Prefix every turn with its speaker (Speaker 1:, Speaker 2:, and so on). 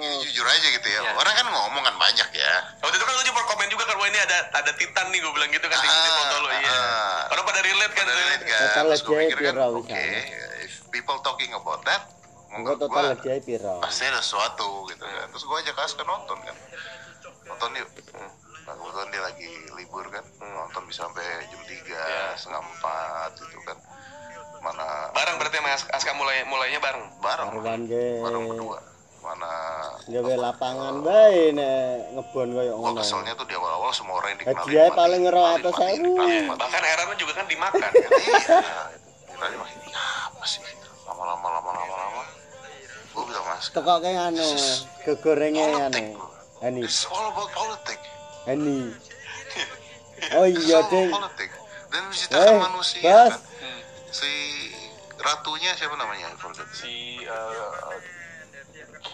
Speaker 1: Ya, jujur aja gitu ya.
Speaker 2: Iya.
Speaker 1: Orang kan ngomong kan banyak ya.
Speaker 2: Waktu itu kan gue cuma komen juga kan, wah ini ada ada Titan nih gue bilang gitu kan di
Speaker 1: Ah,
Speaker 2: di foto lo. Iya.
Speaker 1: ah.
Speaker 2: Orang pada relate kan.
Speaker 1: Pada relate kan.
Speaker 3: Total
Speaker 1: Terus gue
Speaker 3: aja
Speaker 1: pikir kan,
Speaker 3: viral
Speaker 1: oke,
Speaker 3: misalnya.
Speaker 1: if people talking about that,
Speaker 3: Enggak
Speaker 1: menurut
Speaker 3: total
Speaker 1: gue
Speaker 3: aja piro.
Speaker 1: pasti ada sesuatu gitu kan. Terus gue ajak Aska nonton kan. Nonton yuk. Nah, kebetulan dia lagi libur kan. Nonton bisa sampai jam 3,
Speaker 2: Iya.
Speaker 1: setengah 4 gitu kan. Mana
Speaker 2: Bareng berarti sama As- Aska mulai mulainya bareng.
Speaker 1: bareng.
Speaker 3: Karuan ge.
Speaker 1: Bareng berdua. Mana
Speaker 3: Gawe lapangan bae nek ngebon koyo
Speaker 1: gue
Speaker 3: ngono.
Speaker 1: keselnya tuh di awal-awal semua orang yang dikenalin
Speaker 3: Hadiahnya
Speaker 1: mati,
Speaker 3: paling ngerawat
Speaker 1: mati,
Speaker 3: atau
Speaker 1: mati,
Speaker 3: sewu.
Speaker 1: mati, mati.
Speaker 2: Bahkan Erana juga kan dimakan.
Speaker 1: Iya. Tadi makin ini apa sih? Lama-lama lama-lama lama. Gue bilang mas,
Speaker 3: Tekoke anu, gegorenge anu.
Speaker 1: politik.
Speaker 3: Ani,
Speaker 1: It's all about politik.
Speaker 3: ani. Oh
Speaker 1: It's
Speaker 3: iya,
Speaker 1: all about
Speaker 3: Ding.
Speaker 1: politik. Dan menciptakan
Speaker 3: Eh,
Speaker 1: manusia.
Speaker 3: Bas.
Speaker 1: kan. Si ratunya siapa namanya? I forget.
Speaker 2: si eh,